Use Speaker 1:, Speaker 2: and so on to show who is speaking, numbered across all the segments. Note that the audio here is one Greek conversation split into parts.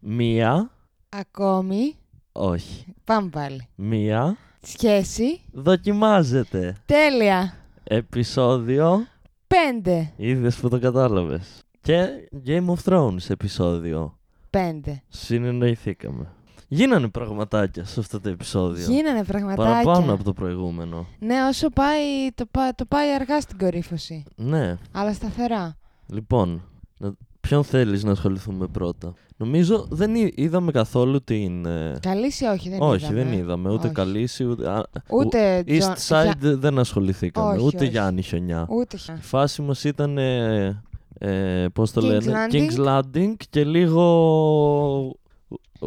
Speaker 1: Μία.
Speaker 2: Ακόμη.
Speaker 1: Όχι.
Speaker 2: Πάμε πάλι.
Speaker 1: Μία.
Speaker 2: Σχέση.
Speaker 1: Δοκιμάζεται.
Speaker 2: Τέλεια.
Speaker 1: Επισόδιο.
Speaker 2: Πέντε.
Speaker 1: Είδες που το κατάλαβες. Και Game of Thrones επεισόδιο.
Speaker 2: Πέντε.
Speaker 1: Συνεννοηθήκαμε. Γίνανε πραγματάκια σε αυτό το επεισόδιο.
Speaker 2: Γίνανε πραγματάκια.
Speaker 1: Παραπάνω από το προηγούμενο.
Speaker 2: Ναι, όσο πάει, το, πά- το πάει αργά στην κορύφωση.
Speaker 1: Ναι.
Speaker 2: Αλλά σταθερά.
Speaker 1: Λοιπόν, να- ποιον θέλεις να ασχοληθούμε πρώτα. Νομίζω δεν εί- είδαμε καθόλου την... ε,
Speaker 2: Καλή ή όχι, δεν
Speaker 1: όχι,
Speaker 2: είδαμε.
Speaker 1: δεν είδαμε. Ούτε
Speaker 2: Όχι.
Speaker 1: Καλύση, ούτε... α,
Speaker 2: Ούτε
Speaker 1: East
Speaker 2: Τζον-
Speaker 1: Side
Speaker 2: Για-
Speaker 1: δεν ασχοληθήκαμε.
Speaker 2: Όχι,
Speaker 1: ούτε
Speaker 2: όχι.
Speaker 1: Γιάννη Χιονιά.
Speaker 2: Ούτε χι-
Speaker 1: Η φάση μας ήταν... Ε, ε, πώς το
Speaker 2: King's
Speaker 1: λένε...
Speaker 2: Landing.
Speaker 1: King's Landing και λίγο...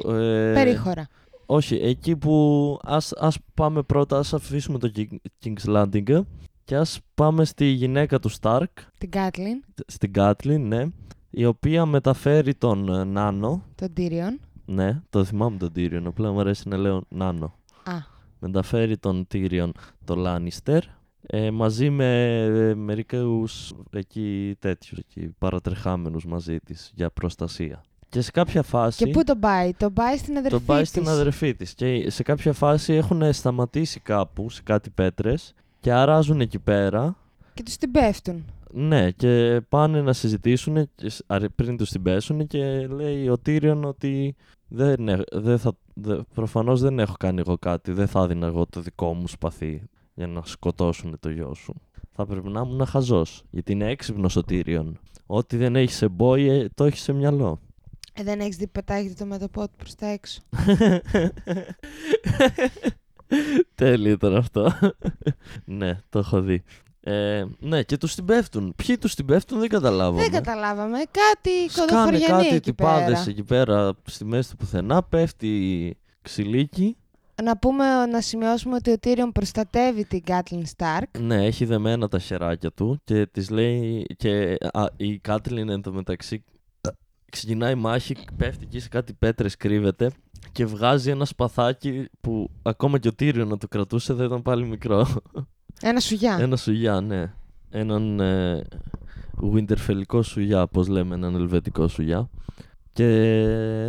Speaker 1: ε,
Speaker 2: Περίχωρα.
Speaker 1: όχι, εκεί που ας, ας πάμε πρώτα, ας αφήσουμε το King- King's Landing ε, και ας πάμε στη γυναίκα του Stark,
Speaker 2: Την Κάτλιν,
Speaker 1: στην Κάτλιν, ναι, η οποία μεταφέρει τον ε, Νάνο,
Speaker 2: τον Τύριον.
Speaker 1: ναι, το θυμάμαι τον Tyrion, απλά μου αρέσει να λέω Νάνο.
Speaker 2: Α,
Speaker 1: Μεταφέρει τον Tyrion το Lannister ε, μαζί με ε, μερικούς εκεί τέτοιους, εκεί, παρατρεχάμενους μαζί της για προστασία. Και σε κάποια φάση...
Speaker 2: Και πού τον πάει, τον πάει στην αδερφή
Speaker 1: Τον πάει
Speaker 2: της.
Speaker 1: στην αδερφή της. Και σε κάποια φάση έχουν σταματήσει κάπου σε κάτι πέτρες και αράζουν εκεί πέρα.
Speaker 2: Και τους την πέφτουν.
Speaker 1: Ναι, και πάνε να συζητήσουν πριν τους την πέσουν και λέει ο Τύριον ότι δεν, έχ- δεν θα, δε, προφανώς δεν έχω κάνει εγώ κάτι, δεν θα δίνω εγώ το δικό μου σπαθί για να σκοτώσουν το γιο σου. Θα πρέπει να ήμουν χαζός, γιατί είναι έξυπνος ο Τύριον. Ό,τι δεν έχει σε μπόι, το έχει σε μυαλό.
Speaker 2: Ε, δεν έχεις δει πετάγεται το μετωπό του προς τα έξω.
Speaker 1: Τέλειο ήταν αυτό. ναι, το έχω δει. Ε, ναι, και τους την πέφτουν. Ποιοι τους την πέφτουν δεν καταλάβαμε.
Speaker 2: Δεν καταλάβαμε. Κάτι
Speaker 1: ναι. Σκάνε
Speaker 2: κοντοφοριανή
Speaker 1: κάτι
Speaker 2: εκεί πέρα.
Speaker 1: τυπάδε εκεί πέρα στη μέση του πουθενά. Πέφτει ξυλίκι.
Speaker 2: Να πούμε, να σημειώσουμε ότι ο Τύριον προστατεύει την Κάτλιν Σταρκ.
Speaker 1: Ναι, έχει δεμένα τα χεράκια του και τη λέει. Και α, η Κάτλιν εντωμεταξύ ξεκινάει μάχη, πέφτει εκεί σε κάτι πέτρες, κρύβεται και βγάζει ένα σπαθάκι που ακόμα και ο Τύριο να το κρατούσε θα ήταν πάλι μικρό.
Speaker 2: Ένα σουγιά.
Speaker 1: Ένα σουγιά, ναι. Έναν ε, Winterfellικό σουγιά, πώς λέμε, έναν ελβετικό σουγιά. Και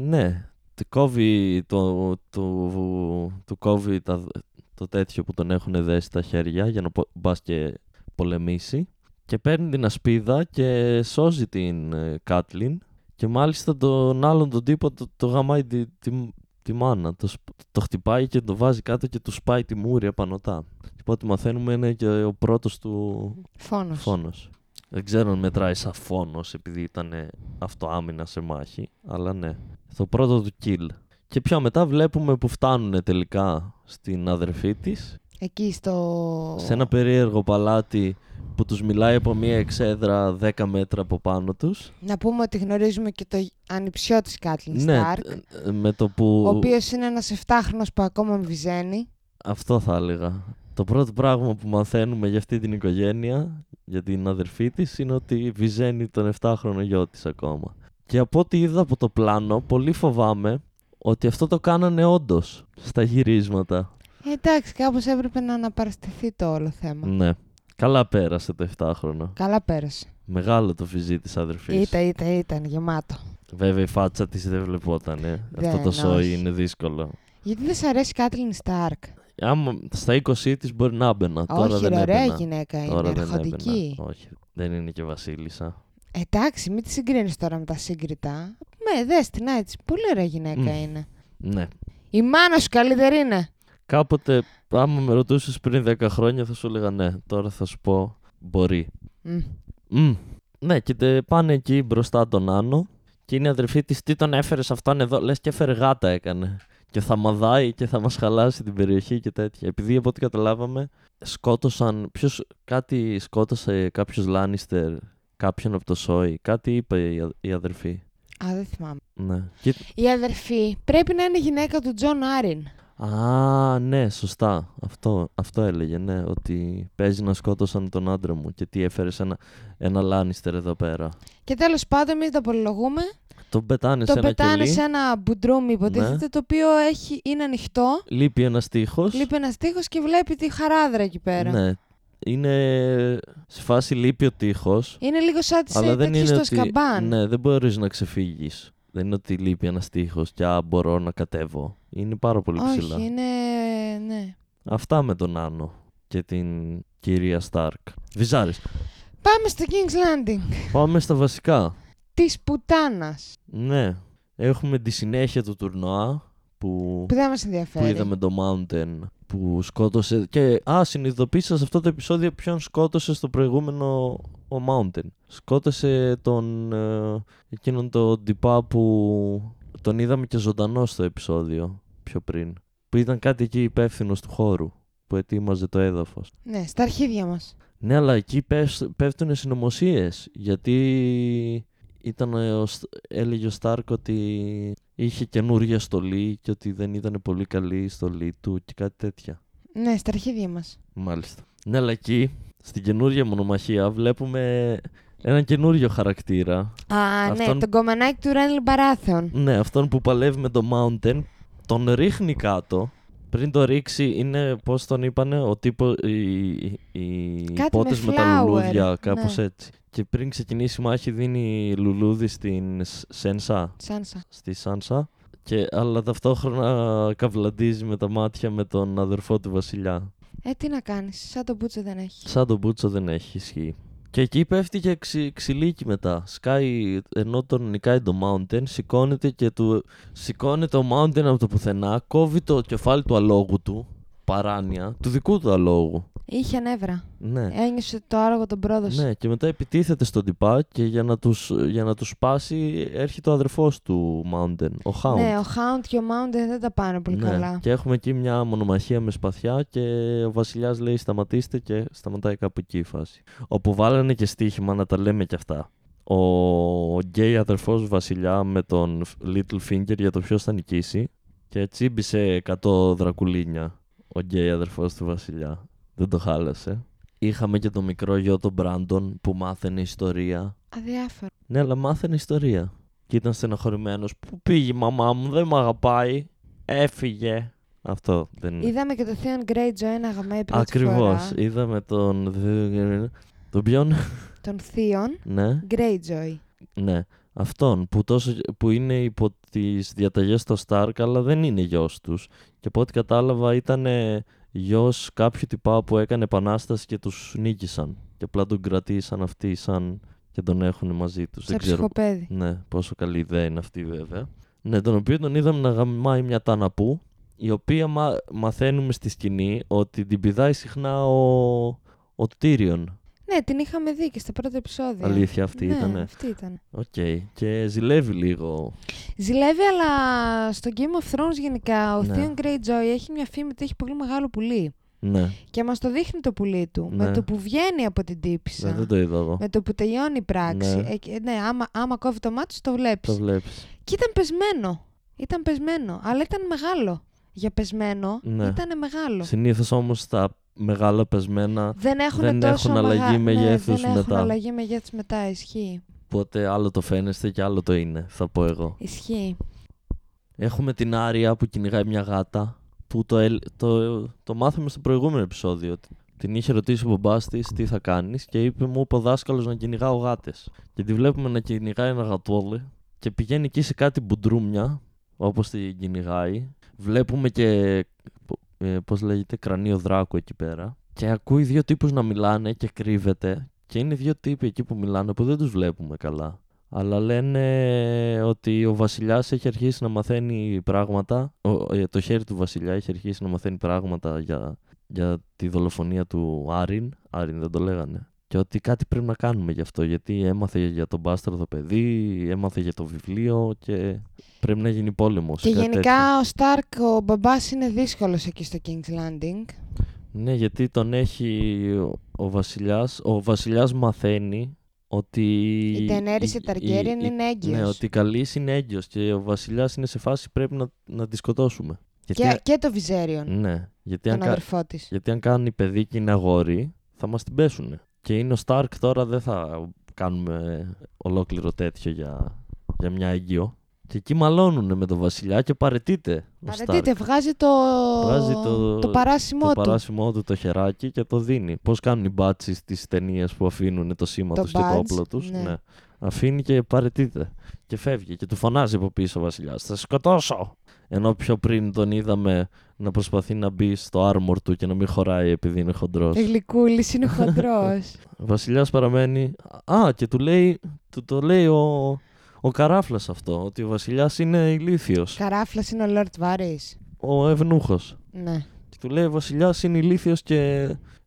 Speaker 1: ναι, του κόβει, το, του, του κόβει τα, το τέτοιο που τον έχουν δέσει τα χέρια για να πο- μπας και πολεμήσει. Και παίρνει την ασπίδα και σώζει την ε, Κάτλιν. Και μάλιστα τον άλλον τον τύπο το, το γαμάει τη, τη, τη μάνα. Το, σπ- το χτυπάει και το βάζει κάτω και του σπάει τη μούρη επανωτά. Και από ό,τι μαθαίνουμε είναι και ο πρώτος του
Speaker 2: Φόνος.
Speaker 1: φόνος. Δεν ξέρω αν μετράει σαν φόνος επειδή ήταν αυτοάμυνα σε μάχη, αλλά ναι. Το πρώτο του kill. Και πιο μετά βλέπουμε που φτάνουν τελικά στην αδερφή της,
Speaker 2: Εκεί στο...
Speaker 1: σε ένα περίεργο παλάτι που τους μιλάει από μία εξέδρα 10 μέτρα από πάνω τους.
Speaker 2: Να πούμε ότι γνωρίζουμε και το ανιψιό της Κάτλιν Σταρκ.
Speaker 1: ε, ε, με το που...
Speaker 2: Ο οποίος είναι ένας εφτάχρονος που ακόμα βυζένει.
Speaker 1: Αυτό θα έλεγα. Το πρώτο πράγμα που μαθαίνουμε για αυτή την οικογένεια, για την αδερφή της, είναι ότι βυζένει τον 7χρονο γιο της ακόμα. Και από ό,τι είδα από το πλάνο, πολύ φοβάμαι ότι αυτό το κάνανε όντως στα γυρίσματα.
Speaker 2: Ε, εντάξει, κάπως έπρεπε να αναπαραστηθεί το όλο θέμα.
Speaker 1: Ναι. Καλά πέρασε το 7χρονο.
Speaker 2: Καλά πέρασε.
Speaker 1: Μεγάλο το φυζί τη αδερφής.
Speaker 2: Ήταν, ήταν, ήταν γεμάτο.
Speaker 1: Βέβαια η φάτσα της δεν βλεπόταν. Ε.
Speaker 2: Δεν,
Speaker 1: αυτό το σόι
Speaker 2: όχι.
Speaker 1: είναι δύσκολο.
Speaker 2: Γιατί δεν σ' αρέσει η Κάτλιν Σταρκ.
Speaker 1: Άμα στα 20 της μπορεί να έμπαινα. Ε, Τώρα
Speaker 2: Όχι,
Speaker 1: δεν
Speaker 2: ρε, ωραία
Speaker 1: έμπαινα.
Speaker 2: γυναίκα είναι.
Speaker 1: Τώρα δεν
Speaker 2: αρχοντική.
Speaker 1: έμπαινα. Όχι. Δεν είναι και βασίλισσα.
Speaker 2: Εντάξει, μην τη συγκρίνεις τώρα με τα σύγκριτα. Με, δες την έτσι. Πολύ ωραία γυναίκα
Speaker 1: Μμ.
Speaker 2: είναι.
Speaker 1: Ναι.
Speaker 2: Η μάνα σου καλύτερη είναι.
Speaker 1: Κάποτε, άμα με ρωτούσες πριν 10 χρόνια, θα σου έλεγα ναι. Τώρα θα σου πω μπορεί.
Speaker 2: Μμ.
Speaker 1: Μμ. Ναι, και τε- πάνε εκεί μπροστά τον Άνω και είναι η αδερφή της. Τι τον έφερες αυτόν εδώ, λες και έφερε γάτα έκανε. Και θα μαδάει και θα μας χαλάσει την περιοχή και τέτοια. Επειδή από ό,τι καταλάβαμε, σκότωσαν. Ποιος κάτι σκότωσε κάποιος Λάνιστερ, κάποιον από το Σόι. Κάτι είπε η, α- η αδερφή.
Speaker 2: Α, δεν θυμάμαι.
Speaker 1: Ναι. Και-
Speaker 2: Η αδερφή πρέπει να είναι γυναίκα του Τζον Άριν.
Speaker 1: Α, ναι, σωστά. Αυτό, αυτό έλεγε, ναι. Ότι παίζει να σκότωσαν τον άντρα μου και τι έφερε ένα, ένα Λάνιστερ εδώ πέρα.
Speaker 2: Και τέλος πάντων, εμεί τα απολογούμε.
Speaker 1: Τον πετάνε σε
Speaker 2: Το
Speaker 1: ένα
Speaker 2: πετάνε
Speaker 1: κελί.
Speaker 2: σε ένα μπουντρούμι, υποτίθεται,
Speaker 1: Ναι.
Speaker 2: το οποίο έχει, είναι ανοιχτό.
Speaker 1: Λείπει ένας τείχο.
Speaker 2: Λείπει ένας τείχο και βλέπει τη χαράδρα εκεί πέρα.
Speaker 1: Ναι. Είναι σε φάση λείπει ο τείχος.
Speaker 2: Είναι λίγο σαν τις
Speaker 1: Αλλά δεν
Speaker 2: τέτοιες
Speaker 1: είναι
Speaker 2: στο
Speaker 1: ότι.
Speaker 2: σκαμπάν.
Speaker 1: Ναι, δεν μπορείς να ξεφύγεις. Δεν είναι ότι λείπει ένας τείχο και α, μπορώ να κατέβω. Είναι πάρα πολύ ψηλά.
Speaker 2: Όχι, είναι. Ναι.
Speaker 1: Αυτά με τον Άνω και την κυρία Στάρκ. Βυζάρι.
Speaker 2: Πάμε στο King's Landing.
Speaker 1: Πάμε στα βασικά.
Speaker 2: Της πουτάνας.
Speaker 1: Ναι. Έχουμε τη συνέχεια του τουρνουά που,
Speaker 2: Που δεν μας
Speaker 1: που
Speaker 2: ενδιαφέρει.
Speaker 1: είδαμε το Mountain που σκότωσε. Και α, συνειδητοποίησα σε αυτό το επεισόδιο ποιον σκότωσε στο προηγούμενο ο Mountain. Σκότωσε τον. ε, εκείνον τον τυπά που τον είδαμε και ζωντανό στο επεισόδιο πιο πριν. Που ήταν κάτι εκεί υπεύθυνο του χώρου που ετοίμαζε το έδαφος.
Speaker 2: Ναι, στα αρχίδια μας.
Speaker 1: Ναι, αλλά εκεί πέφ- πέφτουν συνωμοσίες. Γιατί ήταν, ε, ο, Σ- έλεγε ο Στάρκ ότι είχε καινούργια στολή και ότι δεν ήταν πολύ καλή η στολή του και κάτι τέτοια.
Speaker 2: Ναι, στα αρχίδια μας.
Speaker 1: Μάλιστα. Ναι, αλλά εκεί στην καινούργια μονομαχία βλέπουμε έναν καινούριο χαρακτήρα.
Speaker 2: Α,
Speaker 1: Αυτόν-
Speaker 2: ναι, τον κομμενάκι του Ράνιλ Μπαράθεων.
Speaker 1: Ναι, αυτόν που παλεύει με το Mountain, τον ρίχνει κάτω. Πριν το ρίξει είναι, πώς τον είπανε, ο τύπο, οι, οι- οι
Speaker 2: με
Speaker 1: πότες με, τα
Speaker 2: flower,
Speaker 1: λουλούδια, κάπως
Speaker 2: ναι.
Speaker 1: έτσι. Και πριν ξεκινήσει η μάχη δίνει λουλούδι στην Σ- Σένσα,
Speaker 2: Σάνσα.
Speaker 1: στη Σάνσα. Και, αλλά ταυτόχρονα καυλαντίζει με τα μάτια με τον αδερφό του βασιλιά.
Speaker 2: Ε, τι να κάνεις, σαν τον Μπούτσο δεν έχει.
Speaker 1: Σαν τον Μπούτσο δεν έχει ισχύει. Και εκεί πέφτει και ξυ, ξυλίκι μετά. Σκάει, ενώ τον νικάει το Mountain, σηκώνεται και του. Σηκώνεται ο Mountain από το πουθενά, κόβει το κεφάλι του αλόγου του. Παράνοια, του δικού του αλόγου.
Speaker 2: Είχε νεύρα.
Speaker 1: Ναι.
Speaker 2: Ένιωσε το άργο τον πρόδωσε.
Speaker 1: ναι, και μετά επιτίθεται στον τυπά και για να τους, για να τους σπάσει έρχεται ο αδερφός του Mountain, ο Hound.
Speaker 2: Ναι, ο Hound και ο Mountain δεν τα πάνε πολύ
Speaker 1: Ναι.
Speaker 2: καλά.
Speaker 1: Και έχουμε εκεί μια μονομαχία με σπαθιά και ο βασιλιάς λέει σταματήστε και σταματάει κάπου εκεί η φάση. Όπου βάλανε και στοίχημα να τα λέμε κι αυτά. Ο γκέι αδερφός βασιλιά με τον Little Finger για το ποιος θα νικήσει και τσίμπησε 100 δρακουλίνια ο γκέι αδερφός του βασιλιά. Δεν το χάλασε. Είχαμε και το μικρό γιο τον Μπράντον που μάθαινε ιστορία.
Speaker 2: Αδιάφορο.
Speaker 1: Ναι, αλλά μάθαινε ιστορία. Και ήταν στενοχωρημένος. Πού πήγε η μαμά μου, δεν με αγαπάει. Έφυγε. Αυτό δεν είναι.
Speaker 2: Είδαμε και το Theon Greyjoy να γαμάει πρώτη
Speaker 1: Ακριβώ.
Speaker 2: φορά.
Speaker 1: Είδαμε τον. Τον ποιον.
Speaker 2: Τον Theon
Speaker 1: ναι,
Speaker 2: Greyjoy.
Speaker 1: ναι. Αυτόν που, τόσο, που είναι υπό τις διαταγές των Σταρκ, αλλά δεν είναι γιος τους. Και από ό,τι κατάλαβα, ήταν γιος κάποιου τυπά που έκανε επανάσταση και τους νίκησαν. Και απλά τον κρατήσαν αυτοί σαν και τον έχουν μαζί τους.
Speaker 2: Σε
Speaker 1: Δεν ξέρω
Speaker 2: ψυχοπαίδι.
Speaker 1: Ναι, πόσο καλή ιδέα είναι αυτή βέβαια. Ναι, τον οποίο τον είδαμε να γαμάει μια τάναπού, η οποία μα... μαθαίνουμε στη σκηνή ότι την πηδάει συχνά ο, ο Τύριον.
Speaker 2: Ναι, την είχαμε δει και στα πρώτα επεισόδια.
Speaker 1: Αλήθεια αυτή
Speaker 2: ναι,
Speaker 1: ήτανε.
Speaker 2: αυτή ήταν.
Speaker 1: Οκ. Και ζηλεύει λίγο.
Speaker 2: Ζηλεύει, αλλά στο Game of Thrones γενικά ο
Speaker 1: Ναι.
Speaker 2: Theon Greyjoy έχει μια φήμη ότι έχει πολύ μεγάλο πουλί.
Speaker 1: Ναι,
Speaker 2: Και μας το δείχνει το πουλί του.
Speaker 1: Ναι.
Speaker 2: Με το που βγαίνει από την τύπησα.
Speaker 1: ναι, δεν το είδα εγώ.
Speaker 2: Με το που τελειώνει η πράξη.
Speaker 1: Ναι.
Speaker 2: Ναι, ε, ναι άμα, άμα κόβει το μάτι, σου, το βλέπεις.
Speaker 1: Το βλέπεις.
Speaker 2: Και ήταν πεσμένο. Ήταν πεσμένο. Αλλά ήταν μεγάλο. Για πεσμένο
Speaker 1: Ναι.
Speaker 2: ήταν μεγάλο.
Speaker 1: Συνήθως όμως τα μεγάλα πεσμένα,
Speaker 2: Δεν έχουν
Speaker 1: Δεν
Speaker 2: τόσο
Speaker 1: έχουν αλλαγή
Speaker 2: μεγα-
Speaker 1: μεγέθους
Speaker 2: ναι, δεν έχουν
Speaker 1: μετά.
Speaker 2: αλλαγή μεγέθους μετά. Ισχύει.
Speaker 1: οπότε άλλο το φαίνεστε και άλλο το είναι, θα πω εγώ.
Speaker 2: Ισχύει.
Speaker 1: Έχουμε την Άρια που κυνηγάει μια γάτα που το, ελ- το, το μάθαμε στο προηγούμενο επεισόδιο. Την είχε ρωτήσει ο μπαμπάς της τι θα κάνεις και είπε: Μου είπε ο δάσκαλος να κυνηγάω γάτες. Και τη βλέπουμε να κυνηγάει ένα γατόλι και πηγαίνει εκεί σε κάτι μπουντρούμια όπως την κυνηγάει. Βλέπουμε και. Ε, Πώς λέγεται, κρανίο δράκου εκεί πέρα. Και ακούει δύο τύπους να μιλάνε και κρύβεται. Και είναι δύο τύποι εκεί που μιλάνε που δεν τους βλέπουμε καλά. Αλλά λένε ότι ο βασιλιάς έχει αρχίσει να μαθαίνει πράγματα. ο- ε, το χέρι του βασιλιά έχει αρχίσει να μαθαίνει πράγματα για, για τη δολοφονία του Άριν. Άριν δεν το λέγανε. Και ότι κάτι πρέπει να κάνουμε γι' αυτό. Γιατί έμαθε για τον μπάσταρδο παιδί, έμαθε για το βιβλίο και πρέπει να γίνει πόλεμος.
Speaker 2: Και γενικά ο Σταρκ, ο μπαμπάς είναι δύσκολος εκεί στο King's Landing.
Speaker 1: Ναι, γιατί τον έχει ο- ο βασιλιάς. Ο βασιλιάς μαθαίνει ότι...
Speaker 2: Η Τενέρης η Ταργκέριεν
Speaker 1: η-
Speaker 2: είναι έγκυος.
Speaker 1: Ναι, ότι η Καλής είναι έγκυος και ο βασιλιάς είναι σε φάση πρέπει να, να τη σκοτώσουμε. Γιατί,
Speaker 2: Και, και το Βυζέριον,
Speaker 1: Ναι, γιατί αν,
Speaker 2: τον
Speaker 1: κα-
Speaker 2: αδερφό της.
Speaker 1: γιατί αν κάνει παιδί και είναι αγόρι θα μας την πέσουνε. Και είναι ο Στάρκ τώρα δεν θα κάνουμε ολόκληρο τέτοιο για, για μια έγκυο. Και εκεί μαλώνουν με τον βασιλιά και παρετείται. ο
Speaker 2: Παρατηρείτε,
Speaker 1: Σταρκ.
Speaker 2: βγάζει το,
Speaker 1: Βγάζει το-
Speaker 2: παράσιμό
Speaker 1: Το
Speaker 2: του.
Speaker 1: παράσιμό του το χεράκι και το δίνει. Πώς κάνουν οι μπάτσι στι ταινίες που αφήνουν το σήμα
Speaker 2: Το
Speaker 1: τους και το
Speaker 2: badge,
Speaker 1: όπλο τους.
Speaker 2: ναι.
Speaker 1: Αφήνει και παρετείται. Και φεύγει και του φωνάζει από πίσω ο βασιλιάς. Θα σε σκοτώσω! Ενώ πιο πριν τον είδαμε να προσπαθεί να μπει στο άρμορ του και να μην χωράει επειδή είναι χοντρός.
Speaker 2: Ε, Γλυκούλης είναι χοντρός.
Speaker 1: Ο βασιλιάς παραμένει. Α, και του λέει, του το λέει ο, ο καράφλας αυτό. Ότι ο βασιλιάς είναι ηλίθιος.
Speaker 2: Καράφλας είναι ο Λόρτ Βάρης.
Speaker 1: Ο ευνούχος.
Speaker 2: Ναι.
Speaker 1: Και του λέει: Βασιλιάς, είναι ηλίθιος και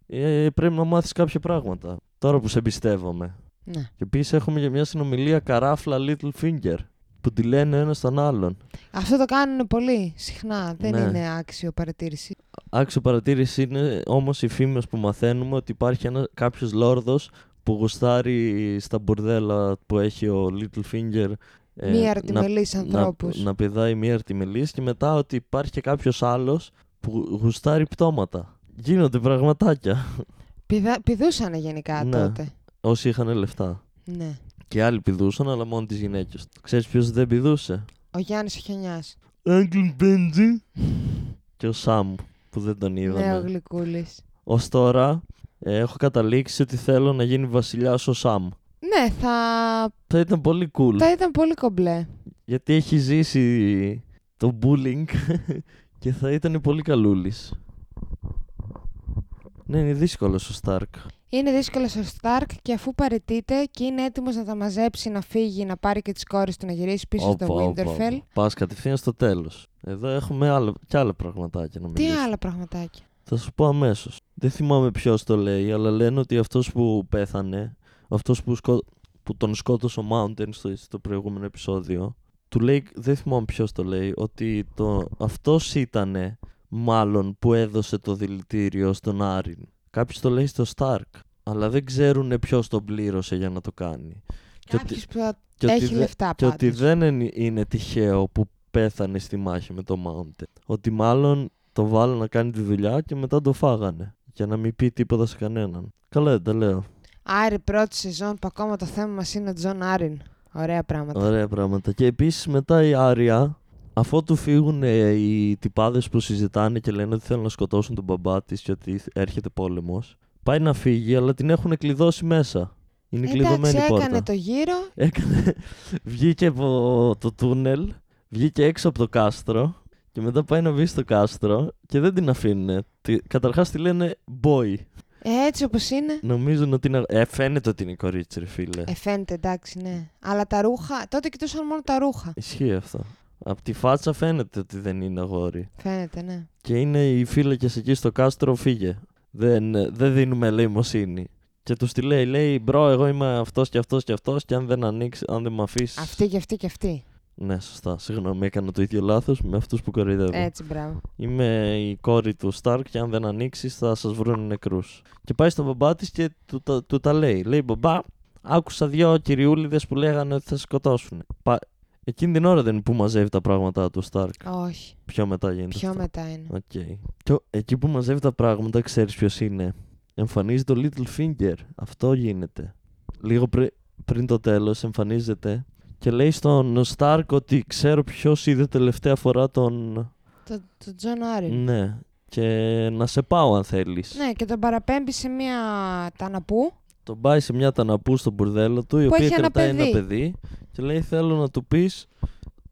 Speaker 1: ε, πρέπει να μάθεις κάποια πράγματα. Τώρα που σε εμπιστεύομαι.
Speaker 2: ναι.
Speaker 1: Και επίσης έχουμε για μια συνομιλία καράφλα Little Finger που τη λένε ένα τον άλλον.
Speaker 2: Αυτό το κάνουν πολύ συχνά. Δεν
Speaker 1: Ναι.
Speaker 2: είναι άξιο παρατήρηση.
Speaker 1: Άξιο παρατήρηση είναι όμως οι φήμες που μαθαίνουμε ότι υπάρχει ένα κάποιος λόρδος που γουστάρει στα μπουρδέλα που έχει ο Little Finger. ε,
Speaker 2: Μία
Speaker 1: να
Speaker 2: αρτιμελής
Speaker 1: να,
Speaker 2: ανθρώπους.
Speaker 1: να πηδάει μία αρτιμελής και μετά ότι υπάρχει και κάποιος άλλος που γουστάρει πτώματα. Γίνονται πραγματάκια
Speaker 2: Πηδα... Πηδούσανε γενικά
Speaker 1: Ναι.
Speaker 2: τότε.
Speaker 1: όσοι είχαν λεφτά.
Speaker 2: Ναι.
Speaker 1: Και άλλοι πηδούσαν, αλλά μόνο τις γυναίκες. Ξέρεις ποιος δεν πηδούσε.
Speaker 2: Ο Γιάννης ο Χιονιάς.
Speaker 1: Άγγλ Μπέντζι και ο Σαμ που δεν τον
Speaker 2: Ναι, ο
Speaker 1: είδαμε.
Speaker 2: Γλυκούλης.
Speaker 1: Ως τώρα ε, έχω καταλήξει ότι θέλω να γίνει βασιλιάς ο Σαμ.
Speaker 2: Ναι, θα...
Speaker 1: Θα ήταν πολύ cool.
Speaker 2: τα ήταν πολύ κομπλέ.
Speaker 1: Γιατί έχει ζήσει το bullying και θα ήταν πολύ καλούλης. Ναι, είναι δύσκολος ο Σταρκ.
Speaker 2: Είναι δύσκολο ο Σταρκ και αφού παρετείται και είναι έτοιμος να τα μαζέψει, να φύγει, να πάρει και τις κόρες του να γυρίσει πίσω στο Winterfell.
Speaker 1: Πας κατευθείαν στο τέλος. Εδώ έχουμε άλλο, και άλλα πραγματάκια να
Speaker 2: Τι
Speaker 1: μιλήσουμε.
Speaker 2: άλλα πραγματάκια.
Speaker 1: Θα σου πω αμέσως. Δεν θυμάμαι ποιος το λέει, αλλά λένε ότι αυτός που πέθανε, αυτός που, σκο... που τον σκότωσε ο Mountain στο, στο προηγούμενο επεισόδιο, του λέει, δεν θυμάμαι ποιος το λέει, ότι το... αυτός ήταν μάλλον που έδωσε το δηλητήριο στον Άριν. Κάποιος το λέει στο Stark, αλλά δεν ξέρουν ποιος τον πλήρωσε για να το κάνει. Και ότι-
Speaker 2: Κάποιος που θα
Speaker 1: και ότι
Speaker 2: έχει
Speaker 1: δε-
Speaker 2: λεφτά
Speaker 1: και
Speaker 2: πάντα.
Speaker 1: ότι δεν εν- είναι τυχαίο που πέθανε στη μάχη με το Mountain. Ότι μάλλον το βάλανε να κάνει τη δουλειά και μετά το φάγανε. Για να μην πει τίποτα σε κανέναν. Καλά, δεν τα λέω.
Speaker 2: Άρη πρώτη σεζόν που ακόμα το θέμα μας είναι ο Τζον Άριν. Ωραία πράγματα.
Speaker 1: Ωραία πράγματα. Και επίσης μετά η Άρια, αφού του φύγουν ε, οι τυπάδες που συζητάνε και λένε ότι θέλουν να σκοτώσουν τον μπαμπά της και ότι έρχεται πόλεμος, πάει να φύγει, αλλά την έχουν κλειδώσει μέσα. Είναι κλειδωμένη
Speaker 2: Εντάξει,
Speaker 1: η πόρτα.
Speaker 2: έκανε το γύρο.
Speaker 1: Έκανε, βγήκε από το τούνελ, βγήκε έξω από το κάστρο και μετά πάει να βγει στο κάστρο και δεν την αφήνουν. Καταρχάς τη λένε boy.
Speaker 2: Ε, έτσι όπως είναι.
Speaker 1: Νομίζουν ότι είναι. Ε, φαίνεται ότι είναι κορίτσι, ρε φίλε.
Speaker 2: Ε, φαίνεται, εντάξει, ναι. Αλλά τα ρούχα. Τότε κοιτούσαν μόνο τα ρούχα.
Speaker 1: Ισχύει αυτό. Απ' τη φάτσα φαίνεται ότι δεν είναι αγόρι.
Speaker 2: Φαίνεται, ναι.
Speaker 1: Και είναι οι φύλακες εκεί στο κάστρο, φύγε. Δεν, δεν δίνουμε ελεημοσύνη. Και τους τη λέει, λέει, μπρο, εγώ είμαι αυτός και αυτός και αυτός. Και αν δεν ανοίξει, αν δεν με αφήσεις.
Speaker 2: Αυτή και αυτή και αυτή.
Speaker 1: Ναι, σωστά. Συγγνώμη, έκανα το ίδιο λάθος με αυτούς που κοροϊδεύω.
Speaker 2: Έτσι, μπράβο.
Speaker 1: Είμαι η κόρη του Σταρκ και αν δεν ανοίξεις θα σας βρουν νεκρούς. Και πάει στον μπαμπά της και του, τα- του τα λέει. Λέει μπαμπά, άκουσα δύο κυριούλιδες που λέγανε ότι θα σε σκοτώσουν. Πα... Εκείνη την ώρα δεν είναι που μαζεύει τα πράγματα του Σταρκ.
Speaker 2: Όχι.
Speaker 1: Πιο μετά γίνεται.
Speaker 2: Πιο
Speaker 1: αυτό.
Speaker 2: μετά είναι.
Speaker 1: Οκ. Και ο- εκεί που μαζεύει τα πράγματα, ξέρεις ποιος είναι. Εμφανίζει το Little Finger. Αυτό γίνεται. Λίγο πρι- πριν το τέλος, εμφανίζεται και λέει στον Σταρκ ότι ξέρω ποιος είδε τελευταία φορά τον
Speaker 2: Το, το Τζον Άριν.
Speaker 1: ναι. Και να σε πάω αν θέλεις.
Speaker 2: Ναι, και τον παραπέμπει σε μια ταναπού.
Speaker 1: Τον πάει σε μια ταναπού στο μπουρδέλο του, η
Speaker 2: Που
Speaker 1: οποία
Speaker 2: έχει ένα
Speaker 1: κρατάει ένα
Speaker 2: παιδί.
Speaker 1: παιδί και λέει θέλω να του πεις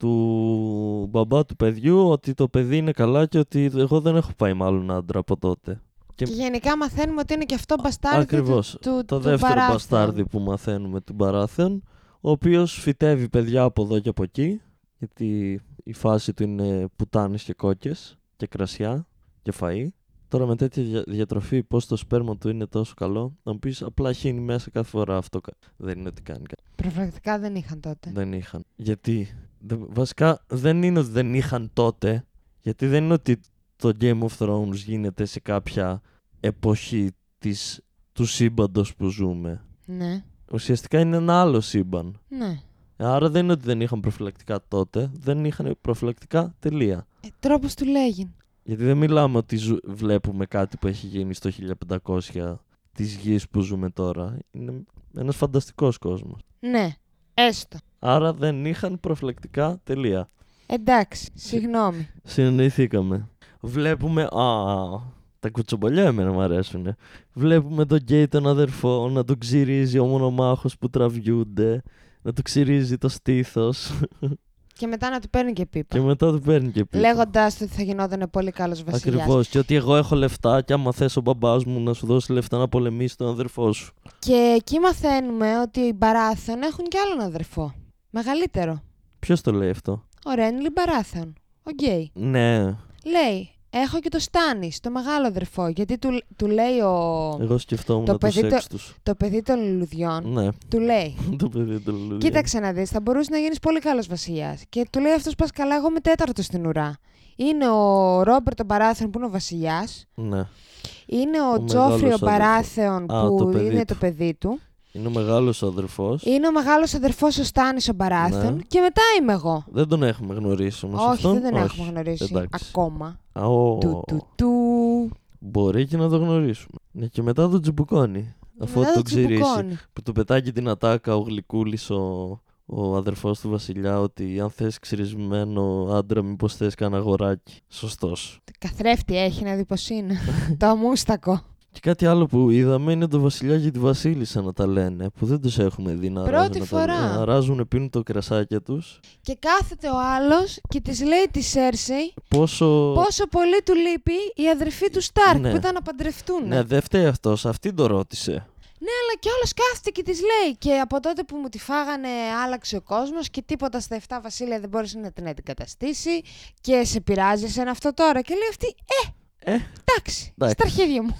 Speaker 1: του μπαμπά του παιδιού ότι το παιδί είναι καλά και ότι εγώ δεν έχω πάει μάλλον άντρα από τότε.
Speaker 2: Και... γενικά μαθαίνουμε ότι είναι και αυτό μπαστάρδι
Speaker 1: Ακριβώς.
Speaker 2: του, του,
Speaker 1: Το
Speaker 2: του
Speaker 1: δεύτερο
Speaker 2: παράθεν.
Speaker 1: μπαστάρδι που μαθαίνουμε του Μπαράθεων, ο οποίος φυτεύει παιδιά από εδώ και από εκεί, γιατί η φάση του είναι πουτάνες και κόκκες και κρασιά και φαΐ. Τώρα με τέτοια δια- διατροφή πώς το σπέρμα του είναι τόσο καλό, να μου πεις απλά χύνει μέσα κάθε φορά αυτό κα- δεν είναι ότι κάνει κάτι.
Speaker 2: Προφρακτικά δεν είχαν τότε.
Speaker 1: Δεν είχαν. Γιατί δεν- βασικά δεν είναι ότι δεν είχαν τότε, γιατί δεν είναι ότι το Game of Thrones γίνεται σε κάποια εποχή της, του σύμπαντος που ζούμε
Speaker 2: Ναι.
Speaker 1: ουσιαστικά είναι ένα άλλο σύμπαν.
Speaker 2: ναι.
Speaker 1: Άρα δεν είναι ότι δεν είχαν προφυλακτικά τότε, δεν είχαν προφυλακτικά τελεία.
Speaker 2: Ε, τρόπος του λέγει.
Speaker 1: Γιατί δεν μιλάμε ότι ζου- βλέπουμε κάτι που έχει γίνει στο 1500 της γης που ζούμε τώρα. Είναι ένας φανταστικός κόσμος.
Speaker 2: Ναι. Έστω.
Speaker 1: άρα δεν είχαν προφλεκτικά τελεία.
Speaker 2: Εντάξει, συγγνώμη.
Speaker 1: Συνεννοηθήκαμε. Βλέπουμε. Α, τα κουτσομπολιά εμένα μου αρέσουν. Βλέπουμε τον γκέι τον αδερφό να τον ξυρίζει ο μονομάχος που τραβιούνται, να του ξυρίζει το στήθος
Speaker 2: Και μετά να του παίρνει και πίπα.
Speaker 1: και μετά του παίρνει και πίσω.
Speaker 2: Λέγοντα ότι θα γινόταν πολύ καλός βασιλιάς.
Speaker 1: Ακριβώς. Και ότι εγώ έχω λεφτά και άμα θες ο μπαμπάς μου να σου δώσει λεφτά να πολεμήσει τον αδερφό σου.
Speaker 2: Και εκεί μαθαίνουμε ότι οι Μπαράθεων έχουν και άλλον αδερφό. Μεγαλύτερο.
Speaker 1: Ποιος το λέει αυτό.
Speaker 2: Ο Ρένλι Μπαράθεων. Ο γκέι.
Speaker 1: Ναι,
Speaker 2: Λέει, έχω και το Στάνις, το μεγάλο αδερφό. Γιατί του, του λέει ο...
Speaker 1: εγώ σκεφτόμουν
Speaker 2: Το
Speaker 1: το
Speaker 2: παιδί
Speaker 1: σεξ τους.
Speaker 2: το παιδί των λουλουδιών.
Speaker 1: Ναι,
Speaker 2: Του λέει,
Speaker 1: το παιδί το λουλούδι.
Speaker 2: Κοίταξε να δεις, θα μπορούσε να γίνεις πολύ καλός βασιλιάς. Και του λέει αυτός πας καλά, εγώ είμαι τέταρτος στην ουρά. Είναι ο Ρόμπερτ ο Μπαράθεον που είναι ο βασιλιάς.
Speaker 1: Ναι.
Speaker 2: Είναι ο,
Speaker 1: Ο
Speaker 2: ο Τζόφρι ο
Speaker 1: μεγάλος
Speaker 2: Μπαράθεον
Speaker 1: αδερφός. Α,
Speaker 2: που
Speaker 1: το παιδί
Speaker 2: είναι
Speaker 1: του.
Speaker 2: το παιδί του.
Speaker 1: Είναι ο μεγάλος ο αδερφός.
Speaker 2: Είναι ο μεγάλος αδερφός ο Στάνης ο Μπαράθεον.
Speaker 1: Ναι.
Speaker 2: Και μετά είμαι εγώ.
Speaker 1: Δεν τον έχουμε γνωρίσει όμως
Speaker 2: Όχι,
Speaker 1: αυτόν.
Speaker 2: δεν τον έχουμε γνωρίσει
Speaker 1: Εντάξει.
Speaker 2: ακόμα.
Speaker 1: Α, ο-
Speaker 2: Του, του, του.
Speaker 1: Μπορεί και να το γνωρίσουμε. Ναι, και μετά τον τσιμπουκώνει. Αφού
Speaker 2: Μετά
Speaker 1: τον
Speaker 2: το
Speaker 1: ξυρίσει.
Speaker 2: τσιμπουκώνει.
Speaker 1: Που του πετάγει την ατάκα ο Γλυκούλης ο, ο αδερφός του βασιλιά ότι αν θες ξυρισμένο άντρα μήπως θες κανένα αγοράκι. Σωστός.
Speaker 2: Καθρέφτη έχει να δει πως είναι. το αμούστακο.
Speaker 1: Και κάτι άλλο που είδαμε είναι το βασιλιά και τη βασίλισσα να τα λένε που δεν τους έχουμε δει να
Speaker 2: Πρώτη
Speaker 1: αράζουν, να τα
Speaker 2: φορά.
Speaker 1: λένε. αράζουν, πίνουν το κρασάκια τους.
Speaker 2: και κάθεται ο άλλος και της λέει τη Σέρσεϊ
Speaker 1: Πόσο...
Speaker 2: πόσο πολύ του λείπει η αδερφή του Στάρκ
Speaker 1: Ναι.
Speaker 2: που ήταν να παντρευτούν.
Speaker 1: Ναι, δεν φταίει αυτός. Αυτή το ρώτησε.
Speaker 2: Ναι, Αλλά και όλος κάθεται και της λέει. Και από τότε που μου τη φάγανε, άλλαξε ο κόσμος και τίποτα στα 7 βασίλεια δεν μπόρεσε να την αντικαταστήσει. Και σε πειράζει σε αυτό τώρα. Και λέει αυτή,
Speaker 1: Ε,
Speaker 2: Ε, εντάξει,
Speaker 1: εντάξει.
Speaker 2: στα αρχίδια μου.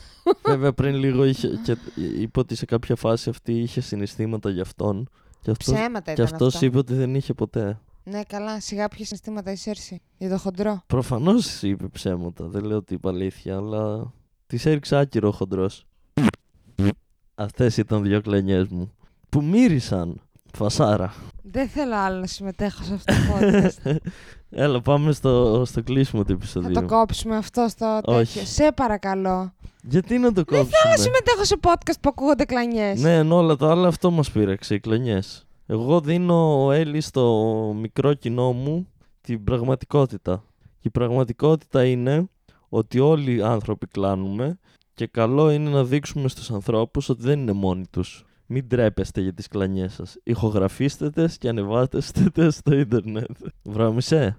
Speaker 1: Βέβαια πριν λίγο είχε, και, είπε ότι σε κάποια φάση αυτή είχε συναισθήματα για αυτόν. Και αυτός,
Speaker 2: Ψέματα
Speaker 1: και
Speaker 2: ήταν
Speaker 1: αυτός
Speaker 2: αυτά.
Speaker 1: είπε ότι δεν είχε ποτέ.
Speaker 2: Ναι, καλά, σιγά ποια συναισθήματα η Σέρση. Για το χοντρό.
Speaker 1: Προφανώς είπε ψέματα, δεν λέω ότι είπε αλήθεια, αλλά της έριξε άκυρο ο χοντρός. Αυτές ήταν δύο κλενιές μου. Που μύρισαν. Φασάρα.
Speaker 2: Δεν θέλω άλλο να συμμετέχω σε αυτό το podcast.
Speaker 1: Έλα, πάμε στο, στο κλείσιμο του
Speaker 2: Θα
Speaker 1: επεισοδίου.
Speaker 2: το κόψουμε αυτό στο τέτοιο.
Speaker 1: Όχι.
Speaker 2: Σε παρακαλώ.
Speaker 1: Γιατί να το κόψουμε.
Speaker 2: Δεν συμμετέχω σε podcast που ακούγονται κλανιές.
Speaker 1: Ναι, ενώ όλα τα άλλα αυτό μας πήραξε, οι κλονιές. Εγώ δίνω Έλλη στο μικρό κοινό μου την πραγματικότητα. Και η πραγματικότητα είναι ότι όλοι οι άνθρωποι κλάνουμε και καλό είναι να δείξουμε στους ανθρώπους ότι δεν είναι μόνοι τους. Μην τρέπεστε για τις κλανιές σας. Ηχογραφήστε τες και ανεβάστε τες στο ίντερνετ. Βραμισέ.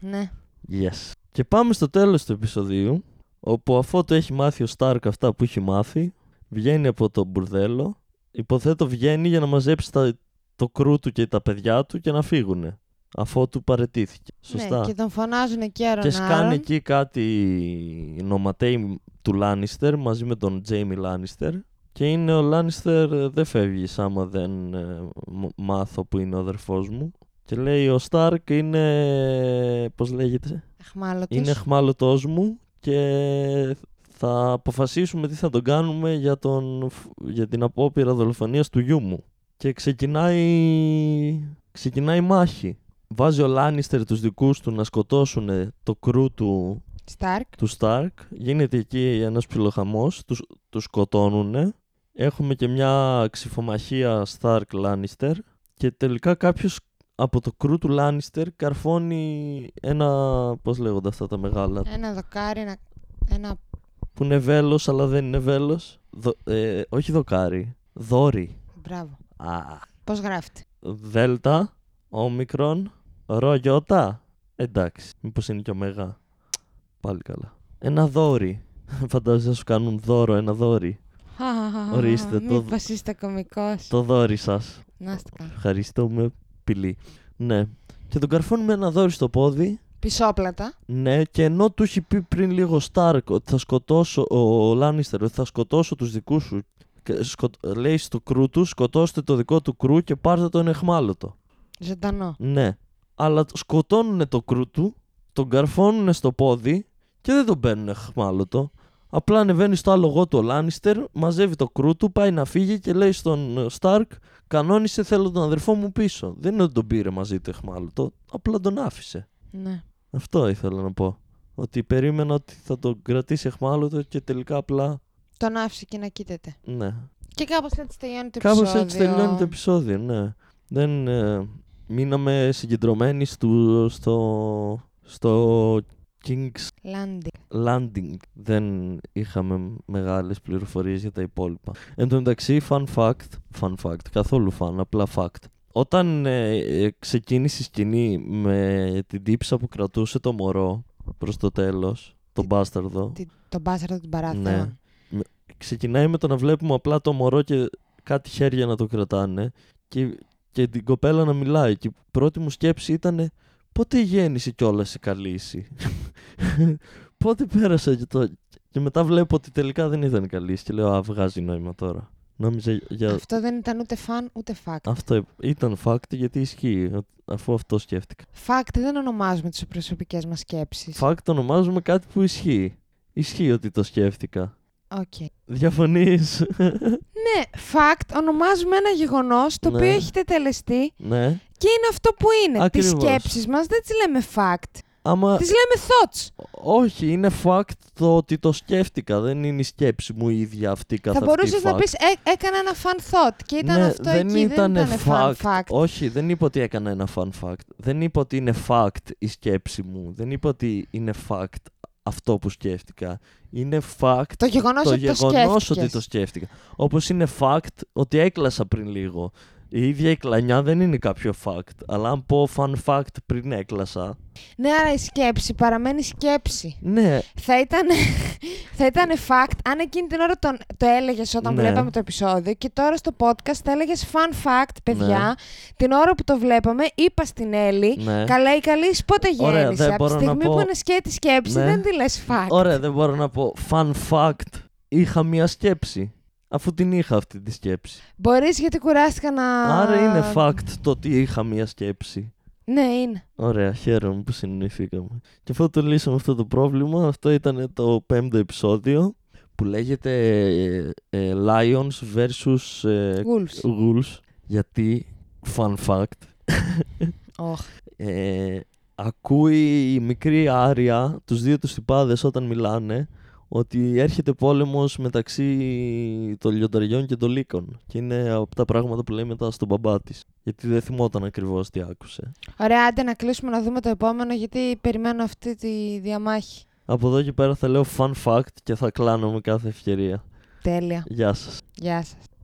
Speaker 2: ναι.
Speaker 1: Yes. Και πάμε στο τέλος του επεισοδίου, όπου αφού το έχει μάθει ο Στάρκ αυτά που έχει μάθει, βγαίνει από το μπουρδέλο, υποθέτω βγαίνει για να μαζέψει τα, το κρού του και τα παιδιά του και να φύγουνε, αφού του παρετήθηκε. Σωστά.
Speaker 2: ναι. Και τον φωνάζουν και
Speaker 1: Και σκάνει
Speaker 2: Άρον.
Speaker 1: εκεί κάτι οι νοματέοι του Λάνιστερ μαζί με τον Τζέιμι Λάνιστερ. Και είναι ο Λάνιστερ «Ε, δεν φεύγει άμα δεν ε, μ- μάθω που είναι ο αδερφός μου. Και λέει ο Στάρκ είναι, πώς λέγεται,
Speaker 2: Αχμάλωτος.
Speaker 1: είναι εχμάλωτός μου και θα αποφασίσουμε τι θα τον κάνουμε για, τον, για την απόπειρα δολοφονίας του γιού μου. Και ξεκινάει, ξεκινάει η μάχη. Βάζει ο Λάνιστερ τους δικούς του να σκοτώσουν το κρού του,
Speaker 2: Στάρκ.
Speaker 1: του Σταρκ. Γίνεται εκεί ένας ψιλοχαμός, τους, τους σκοτώνουν. Έχουμε και μια ξυφομαχία Σταρκ Λάνιστερ και τελικά κάποιος από το κρού του Λάνιστερ καρφώνει ένα, πώς λέγονται αυτά τα μεγάλα,
Speaker 2: Ένα δοκάρι, ένα, ένα
Speaker 1: που είναι βέλος αλλά δεν είναι βέλος. Δο- ε, όχι δοκάρι, δόρι.
Speaker 2: Μπράβο.
Speaker 1: Α,
Speaker 2: Πώς γράφεται.
Speaker 1: δέλτα, όμικρον, ρο γιώτα. Εντάξει, μήπως είναι και ωμέγα. Πάλι καλά. Ένα δόρι. Φαντάζεσαι να σου κάνουν δώρο ένα δόρι. Ορίστε,
Speaker 2: Μήπω
Speaker 1: το-
Speaker 2: είστε κωμικός.
Speaker 1: Το δόρι σας.
Speaker 2: Να είστε καλά.
Speaker 1: Ευχαριστούμε πηλή. Ναι. Και τον καρφώνουμε ένα δόρι στο πόδι.
Speaker 2: Πισόπλατα.
Speaker 1: Ναι, και ενώ του έχει πει πριν λίγο ο Στάρκ ότι θα σκοτώσω, ο Λάνιστερ, ότι θα σκοτώσω τους δικούς σου, και σκοτ, λέει στο κρού του, σκοτώστε το δικό του κρού και πάρτε τον εχμάλωτο.
Speaker 2: Ζωντανό.
Speaker 1: Ναι. Αλλά σκοτώνουν το κρού του, τον καρφώνουν στο πόδι και δεν τον παίρνουν εχμάλωτο. Απλά ανεβαίνει στο άλογο του ο Λάνιστερ, μαζεύει το κρού του, πάει να φύγει και λέει στον ε, Σταρκ: Κανόνισε, θέλω τον αδερφό μου πίσω. Δεν είναι ότι τον πήρε μαζί του εχμάλωτο, απλά τον άφησε.
Speaker 2: Ναι.
Speaker 1: Αυτό ήθελα να πω. Ότι περίμενα ότι θα τον κρατήσει εχμάλωτο και τελικά απλά.
Speaker 2: Τον άφησε και να κοίταται.
Speaker 1: Ναι.
Speaker 2: Και κάπως έτσι τελειώνει το
Speaker 1: Κάπως
Speaker 2: επεισόδιο.
Speaker 1: έτσι τελειώνει το επεισόδιο, ναι. Δεν. ε, μείναμε συγκεντρωμένοι στο, στο, στο King's
Speaker 2: Λάντι.
Speaker 1: Landing. Δεν είχαμε μεγάλες πληροφορίες για τα υπόλοιπα. Εν τω μεταξύ, fun fact, fun fact, καθόλου fun, απλά fact. Όταν ε, ε, ξεκίνησε η σκηνή με την τύψα που κρατούσε το μωρό προς το τέλος, τον μπάσταρδο,
Speaker 2: Τι- Τον μπάσταρδο την παράθυρα.
Speaker 1: Ναι. ξεκινάει με το να βλέπουμε απλά το μωρό και κάτι χέρια να το κρατάνε και, και την κοπέλα να μιλάει. Και η πρώτη μου σκέψη ήταν πότε γέννησε κιόλας η Καλύση. πότε πέρασα και το... Και μετά βλέπω ότι τελικά δεν ήταν η Καλύση και λέω α, βγάζει νόημα τώρα. Νόμιζα για...
Speaker 2: Αυτό δεν ήταν ούτε φαν ούτε fact.
Speaker 1: Αυτό ε, ήταν fact γιατί ισχύει, α- αφού αυτό σκέφτηκα.
Speaker 2: Fact δεν ονομάζουμε τις προσωπικές μας σκέψεις.
Speaker 1: Fact ονομάζουμε κάτι που ισχύει. Ισχύει ότι το σκέφτηκα.
Speaker 2: Okay.
Speaker 1: Διαφωνείς.
Speaker 2: Ναι, fact ονομάζουμε ένα γεγονός το
Speaker 1: Ναι.
Speaker 2: οποίο έχει τελεστεί
Speaker 1: ναι.
Speaker 2: και είναι αυτό που είναι.
Speaker 1: Ακριβώς.
Speaker 2: Τις σκέψεις μας δεν τις λέμε fact.
Speaker 1: Άμα...
Speaker 2: Τις λέμε thoughts.
Speaker 1: Όχι, είναι fact το ότι το σκέφτηκα. Δεν είναι η σκέψη μου η ίδια αυτή καθ'
Speaker 2: Θα μπορούσε
Speaker 1: αυτή
Speaker 2: να
Speaker 1: fact.
Speaker 2: πεις έκανα ένα fun thought και ήταν
Speaker 1: ναι,
Speaker 2: αυτό
Speaker 1: δεν
Speaker 2: εκεί.
Speaker 1: ήταν
Speaker 2: δεν ήταν
Speaker 1: fact.
Speaker 2: fun fact.
Speaker 1: Όχι, δεν είπα ότι έκανα ένα fun fact. Δεν είπα ότι είναι fact η σκέψη μου. Δεν είπα ότι είναι fact αυτό που σκέφτηκα. Είναι fact
Speaker 2: Το γεγονός
Speaker 1: το
Speaker 2: ότι το
Speaker 1: γεγονός
Speaker 2: σκέφτηκες.
Speaker 1: ότι το σκέφτηκα. Όπως είναι fact ότι έκλασα πριν λίγο. Η ίδια η κλανιά δεν είναι κάποιο fact. Αλλά αν πω fun fact πριν έκλασα.
Speaker 2: Ναι, άρα η σκέψη παραμένει σκέψη.
Speaker 1: Ναι,
Speaker 2: Θα ήταν, θα ήταν fact αν εκείνη την ώρα τον, το έλεγες όταν
Speaker 1: Ναι.
Speaker 2: βλέπαμε το επεισόδιο και τώρα στο podcast θα έλεγες fun fact, παιδιά. Την ώρα που το βλέπαμε, είπα στην Έλλη.
Speaker 1: ναι.
Speaker 2: Ε, Καλά ή καλή, πότε
Speaker 1: Ωραία,
Speaker 2: γέννησε.
Speaker 1: δεν
Speaker 2: Από τη
Speaker 1: μπορώ να
Speaker 2: στιγμή
Speaker 1: πω-
Speaker 2: που είναι σκέτη σκέψη,
Speaker 1: Ναι.
Speaker 2: δεν τη λες fact.
Speaker 1: Ωραία, δεν μπορώ να πω. Fun fact. Είχα μία σκέψη. Αφού την είχα αυτή τη σκέψη.
Speaker 2: Μπορείς γιατί κουράστηκα να.
Speaker 1: Άρα είναι fact το ότι είχα μία σκέψη.
Speaker 2: Ναι, είναι.
Speaker 1: Ωραία, χαίρομαι που συνεννοηθήκαμε. Και αφού το λύσαμε αυτό το πρόβλημα, αυτό ήταν το πέμπτο επεισόδιο που λέγεται ε, ε, Lions vs. ε,
Speaker 2: Wolves.
Speaker 1: Wolves. Γιατί, fun fact,
Speaker 2: Ωχ.
Speaker 1: ε, ακούει η μικρή Άρια τους δύο τους τυπάδες όταν μιλάνε ότι έρχεται πόλεμος μεταξύ των λιονταριών και των λύκων και είναι από τα πράγματα που λέει μετά στον μπαμπά της γιατί δεν θυμόταν ακριβώς τι άκουσε
Speaker 2: Ωραία, άντε να κλείσουμε να δούμε το επόμενο γιατί περιμένω αυτή τη διαμάχη.
Speaker 1: από εδώ και πέρα θα λέω fun fact και θα κλάνω με κάθε ευκαιρία
Speaker 2: Τέλεια.
Speaker 1: Γεια σας
Speaker 2: Γεια σας.